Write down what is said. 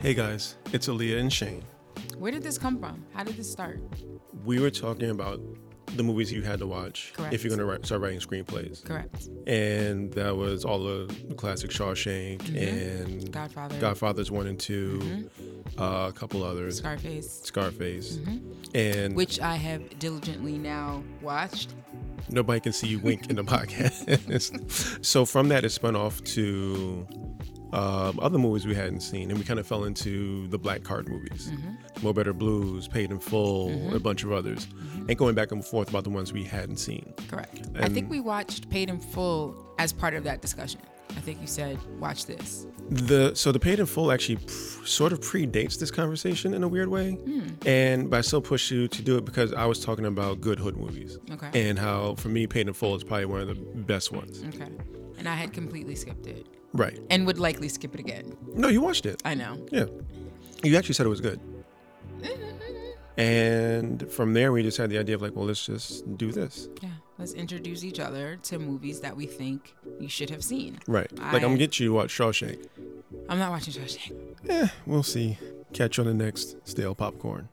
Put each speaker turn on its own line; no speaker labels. Hey guys, it's Aaliyah and Shane.
Where did this come from? How did this start?
We were talking about the movies you had to watch if
Correct.
you're going to write, start writing screenplays.
Correct.
And that was all the classic Shawshank and
Mm-hmm. Godfather. Mm-hmm.
Godfathers 1 and 2, uh, a couple others,
Scarface,
Scarface. And
Mm-hmm. which I have diligently now watched.
nobody can see you wink in the podcast. so from that, it spun off to um, other movies we hadn't seen, and we kind of fell into the Black Card movies, More Better Blues, Paid in Full, a bunch of others, and going back and forth about the ones we hadn't seen.
Correct. I think we watched Paid in Full as part of that discussion. I think you said, watch this.
The so the Paid in Full actually pr- sort of predates this conversation in a weird way, and but I still push you to do it because I was talking about good hood movies,
Okay.
and how for me Paid in Full is probably one of the best ones,
Okay. And I had completely skipped it
right?
and would likely skip it again.
No, you watched it.
I know.
Yeah. You actually said it was good. And from there, we just had the idea of like, well, let's just do this.
Yeah. Let's introduce each other to movies that we think you should have seen.
Right. Like, I'm
I-
going to get you to watch Shawshank. Eh,
I'm not watching Shawshank.
We'll see. Catch you on the next stale popcorn.